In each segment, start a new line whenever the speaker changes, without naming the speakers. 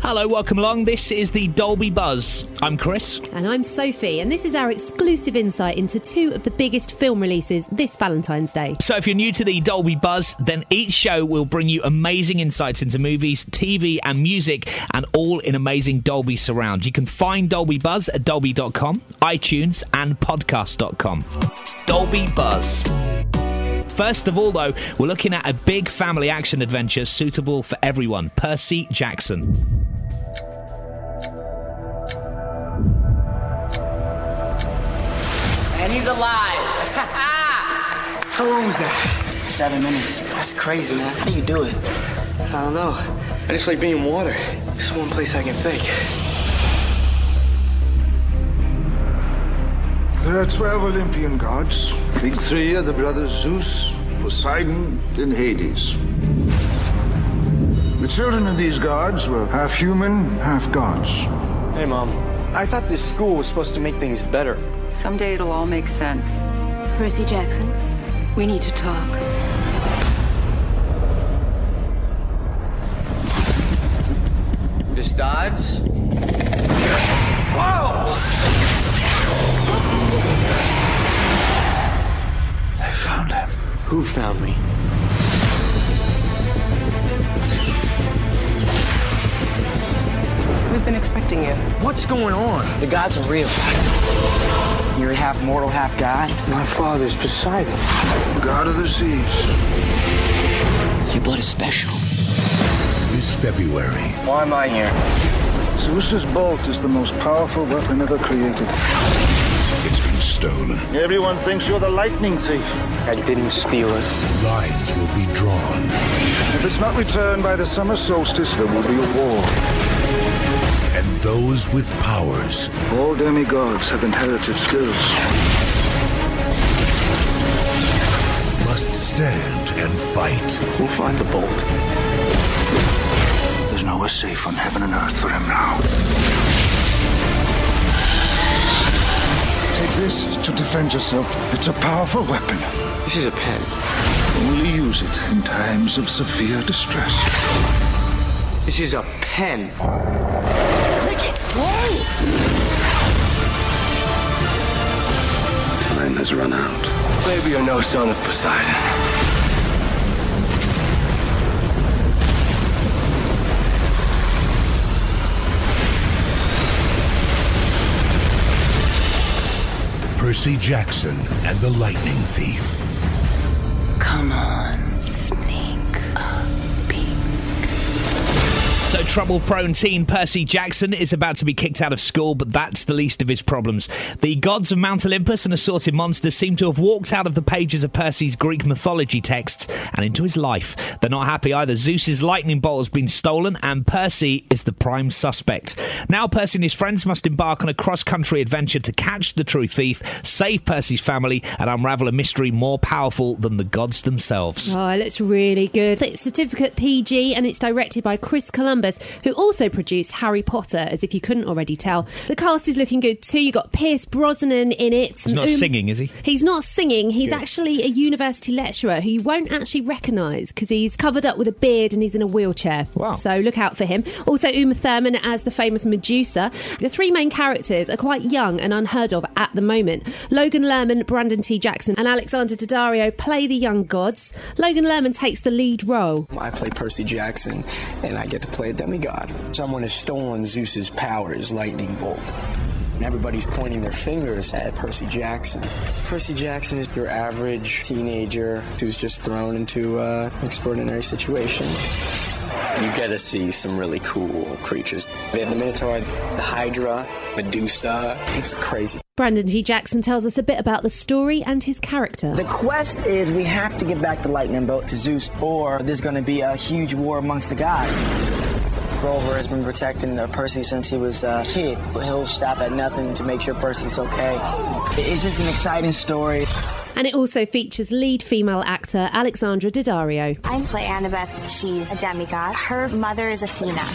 Hello, welcome along. This is the Dolby Buzz. I'm Chris.
And I'm Sophie, and this is our exclusive insight into two of the biggest film releases this Valentine's Day.
So, if you're new to the Dolby Buzz, then each show will bring you amazing insights into movies, TV, and music, and all in amazing Dolby surround. You can find Dolby Buzz at dolby.com, iTunes, and podcast.com. Dolby Buzz. First of all, though, we're looking at a big family action adventure suitable for everyone Percy Jackson.
And he's alive.
How long was that?
Seven minutes. That's crazy, man. How do you do it? I don't know.
I just like being in water. It's one place I can think.
There are 12 Olympian gods. Big three are the brothers Zeus, Poseidon, and Hades. The children of these gods were half human, half gods.
Hey, Mom. I thought this school was supposed to make things better.
Someday it'll all make sense.
Percy Jackson, we need to talk.
Miss Dodds?
I found him. Who found me?
We've been expecting you.
What's going on?
The gods are real. You're half mortal, half god.
My father's Poseidon.
God of the seas.
Your blood is special.
This February,
Why am I here?
Zeus's bolt is the most powerful weapon ever created.
it's been stolen.
Everyone thinks you're the lightning thief.
I didn't steal it.
Lines will be drawn,
If it's not returned by the summer solstice, there will be a war.
and those with powers
All demigods have inherited skills.
must stand and fight.
We'll find the bolt. There's nowhere safe on heaven and earth for him now. Take this to defend yourself. It's a powerful weapon.
This is a pen.
Only use it in times of severe distress.
This is a pen.
Time has run out.
Baby or no son of Poseidon.
Percy Jackson and the Lightning Thief.
Come on, sneak up,
So, trouble prone teen Percy Jackson is about to be kicked out of school, but that's the least of his problems. The gods of Mount Olympus and assorted monsters seem to have walked out of the pages of Percy's Greek mythology texts and into his life. They're not happy either. Zeus's lightning bolt has been stolen, and Percy is the prime suspect. Now, Percy and his friends must embark on a cross country adventure to catch the true thief, save Percy's family, and unravel a mystery more powerful than the gods themselves.
Oh, it looks really good. It's certificate PG and it's directed by Chris Columbus, who also produced Harry Potter, as if you couldn't already tell. The cast is looking good too. You got Pierce Brosnan in it.
He's not
Um,
singing, is he?
He's not singing. He's
Good.
actually a university lecturer who you won't actually recognise because he's covered up with a beard and he's in a wheelchair.
Wow.
So look out for him. Also, Uma Thurman as the famous Medusa. The three main characters are quite young and unheard of at the moment. Logan Lerman, Brandon T. Jackson, and Alexander Daddario play the young gods. Logan Lerman takes the lead role.
I play Percy Jackson, and I get to play a demigod. Someone has stolen Zeus's power, his lightning bolt. And everybody's pointing their fingers at Percy Jackson. Percy Jackson is your average teenager who's just thrown into uh, an extraordinary situation. You get to see some really cool creatures. They have the Minotaur, the Hydra, Medusa. It's crazy.
Brandon T. Jackson tells us a bit about the story and his character.
The quest is we have to get back the lightning bolt to Zeus, or there's going to be a huge war amongst the gods. Grover has been protecting uh, Percy since he was a kid. He'll stop at nothing to make sure Percy's okay. It's just an exciting story.
And it also features lead female actor Alexandra Daddario.
I play Annabeth. She's a demigod. Her mother is Athena.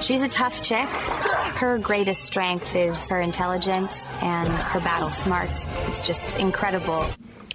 She's a tough chick. Her greatest strength is her intelligence and her battle smarts. It's just incredible.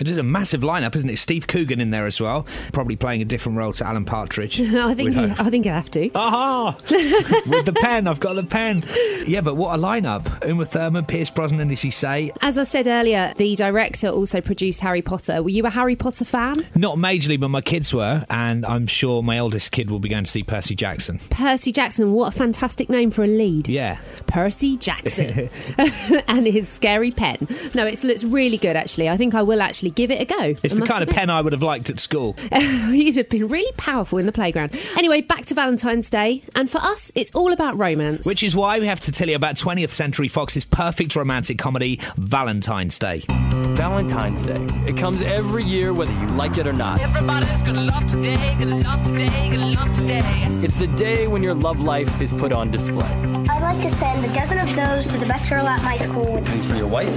It is a massive lineup, isn't it? Steve Coogan in there as well, probably playing a different role to Alan Partridge.
I think
we'd
you,
hope.
I think you'll have to.
Aha! With the pen, I've got the pen. Yeah, but what a lineup! Uma Thurman, Pierce Brosnan, as you say,
As I said earlier, the director also produced Harry Potter. Were you a Harry Potter fan?
not majorly, but my kids were, and I'm sure my oldest kid will be going to see Percy Jackson.
Percy Jackson, what a fantastic name for a lead.
Yeah,
Percy Jackson and his scary pen. No, it's looks really good actually. I think I will actually give it a go.
it's
I
the
must
kind of
admit.
pen I would have liked at school.
You'd have been really powerful in the playground. Anyway, back to Valentine's Day, and for us, it's all about romance.
Which is why we have to tell you about 20th Century Fox's perfect romantic comedy, Valentine's Day.
Valentine's Day. It comes every year whether you like it or not.
Everybody's gonna love today, gonna love today, gonna love today.
It's the day when your love life is put on display.
I'd like to send a dozen of those to the best girl at my school.
These for your wife?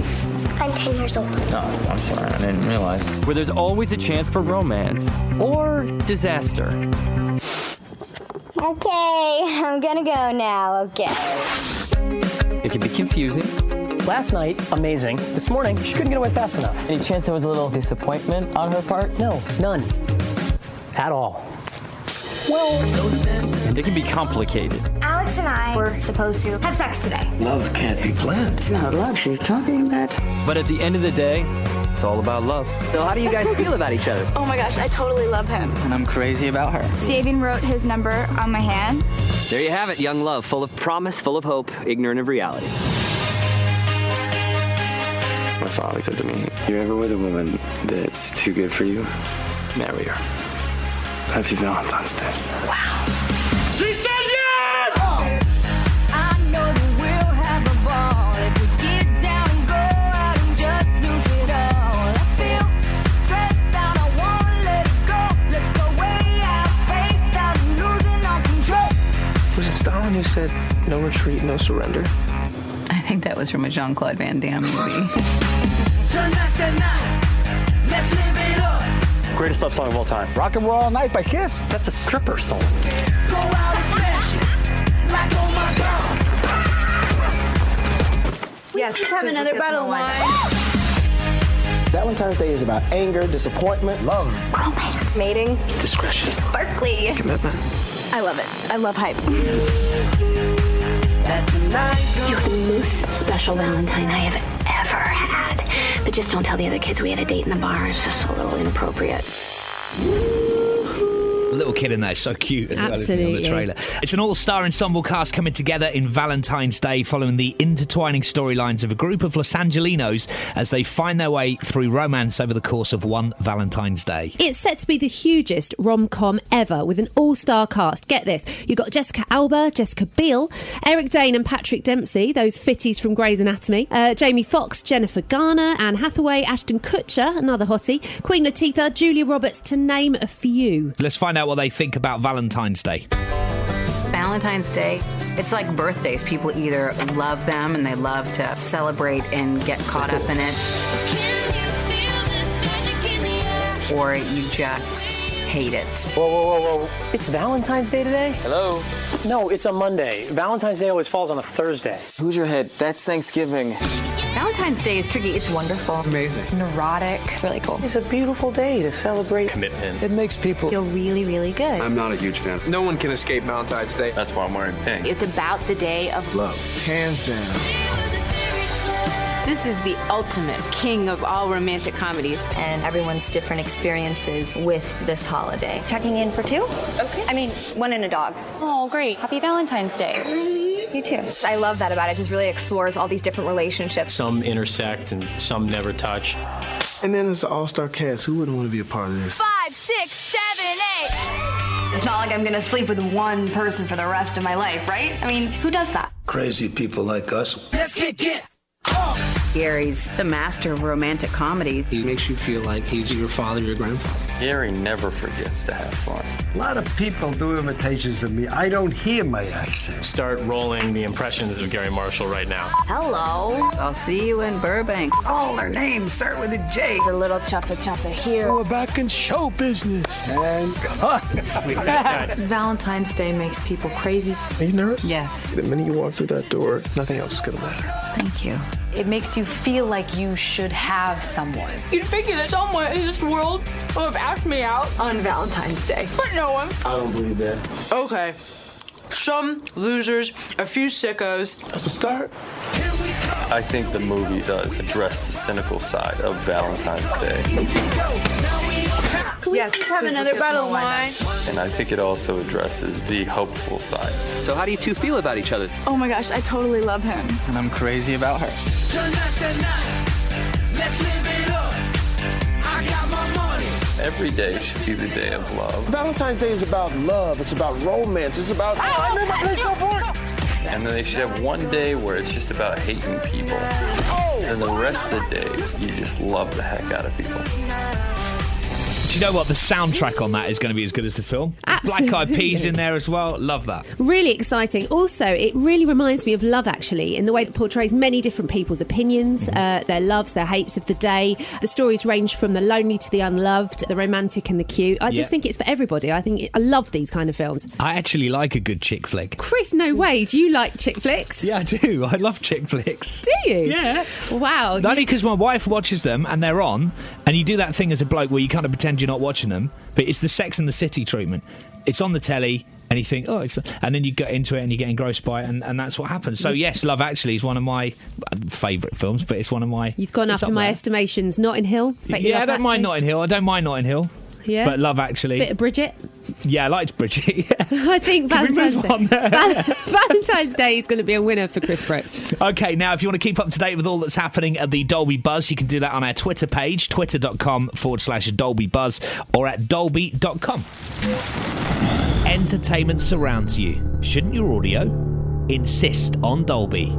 I'm 10 years old.
No, I'm sorry, I didn't realize.
Where there's always a chance for romance or disaster.
Okay, I'm gonna go now, okay.
It can be confusing.
Last night, amazing. This morning, she couldn't get away fast enough.
Any chance there was a little disappointment on her part?
No, none. At all.
It can be complicated.
Alex and I were supposed to have sex today.
Love can't be planned.
It's not love she's talking about.
But at the end of the day, it's all about love.
So, how do you guys feel about each other?
Oh my gosh, I totally love him.
And I'm crazy about her.
Sabian wrote his number on my hand.
There you have it, young love, full of promise, full of hope, ignorant of reality.
My father said to me, You're ever with a woman that's too good for you? Marry her. Happy Valentine's Day.
I know that we'll have a ball if we get down and go out and just lose it all. I feel stressed out, I won't let it go. Let's go way out, spaced out, and losing all control.
Was it Stalin who said, No retreat, no surrender?
I think that was from a Jean Claude Van Damme movie.
Greatest love song of all time.
Rock and roll all night by Kiss.
That's a stripper song.
yes, have another bottle of wine.
Valentine's Day is about anger, disappointment, love,
Romance. Mating.
discretion,
Berkeley.
commitment.
I love it. I love hype.
You're the most special Valentine I have ever had. But just don't tell the other kids we had a date in the bar. It's just a little inappropriate.
The little kid in there, is so cute as well, isn't he,
Absolutely.
on the trailer. It's an all-star ensemble cast coming together in Valentine's Day following the intertwining storylines of a group of Los Angelinos as they find their way through romance over the course of one Valentine's Day.
It's set to be the hugest rom com ever with an all star cast. Get this. You've got Jessica Alba, Jessica Biel, Eric Dane, and Patrick Dempsey, those fitties from Grey's Anatomy, uh, Jamie Foxx, Jennifer Garner, Anne Hathaway, Ashton Kutcher, another hottie, Queen Latifah, Julia Roberts, to name a few.
Let's find out what they think about Valentine's Day.
Valentine's Day, it's like birthdays. People either love them and they love to celebrate and get caught up in it, or you just hate it.
Whoa, whoa, whoa, whoa. It's Valentine's Day today?
Hello?
No, it's a Monday. Valentine's Day always falls on a Thursday.
Who's your head? That's Thanksgiving.
Valentine's Day is tricky. It's wonderful,
Amazing.
neurotic. It's really cool.
It's a beautiful day to celebrate.
It makes people.
Feel really, really good.
I'm not a huge fan.
No one can escape Valentine's Day. That's why I'm wearing pink.
It's about the day of
Love. Hands down.
This is the ultimate king of all romantic comedies.
And everyone's different experiences with this holiday. Checking in for two? Okay. I mean, one and a dog.
Oh, great. Happy Valentine's Day.
You too. I love that about it. It just really explores all these different relationships.
Some intersect and some never touch.
And then there's an all star cast. Who wouldn't want to be a part of this?
Five, six, seven, eight. It's not like I'm gonna sleep with one person for the rest of my life, right? I mean, who does that?
Crazy people like us.
Gary's the master of romantic comedies.
He makes you feel like he's your father, your grandfather.
Gary never forgets to have fun.
A lot of people do imitations of me. I don't hear my accent.
Start rolling the impressions of Gary Marshall right now.
Hello.
I'll see you in Burbank.
All their names start with a J.
A little choppa choppa here.
We're back in show business. And
Valentine's Day makes people crazy.
Are you nervous?
Yes.
The minute you walk through that door, nothing else is going to matter.
Thank you.
It makes you feel like you should have someone.
You'd figure that someone in this world would have asked me out
on Valentine's Day.
But no one.
I don't believe that.
Okay. Some losers, a few sickos.
That's a start.
I think the movie does address the cynical side of Valentine's Day.
yes, have another bottle of wine.
And I think it also addresses the hopeful side.
So, how do you two feel about each other?
Oh my gosh, I totally love him.
And I'm crazy about her.
Every day should be the day of love.
Valentine's Day is about love. It's about romance. It's about. Oh, I made my place go for it.
And then they should have one day where it's just about hating people. And the rest of the days, you just love the heck out of people.
Do you know what? The soundtrack on that is going to be as good as the film.
Absolutely.
Black Eyed Peas in there as well. Love that.
Really exciting. Also, it really reminds me of Love Actually in the way it portrays many different people's opinions,
Mm-hmm.
uh, their loves, their hates of the day. The stories range from the lonely to the unloved, the romantic and the cute. I just
Yeah.
think it's for everybody. I think I love these kind of films.
I actually like a good chick flick.
Chris, no way. Do you like chick flicks?
Mm. Yeah, I do. I love chick flicks.
Do you? Yeah. Wow.
Not only because my wife watches them and they're on, and you do that thing as a bloke where you kind of pretend you're not watching them, but it's the Sex and the City treatment. It's on the telly, and you think, oh, it's, and then you get into it and you get engrossed by it, and, and that's what happens. So yes, Love Actually is one of my uh, favourite films, but it's one of my
You've gone
it's
up in my
there.
estimations. Notting Hill. Bet you
yeah,
love
I don't
that
mind
too.
Notting Hill. I don't mind Notting Hill.
Yeah.
but Love Actually.
Bit of Bridget.
yeah, I liked Bridget.
I think
Can we move
Valentine's Day. Val- Valentine's Day is going to be a winner for Chris Brooks.
Okay, now if you want to keep up to date with all that's happening at the Dolby Buzz, you can do that on our Twitter page, twitter.com forward slash Dolby Buzz, or at dolby.com. Entertainment surrounds you. Shouldn't your audio insist on Dolby?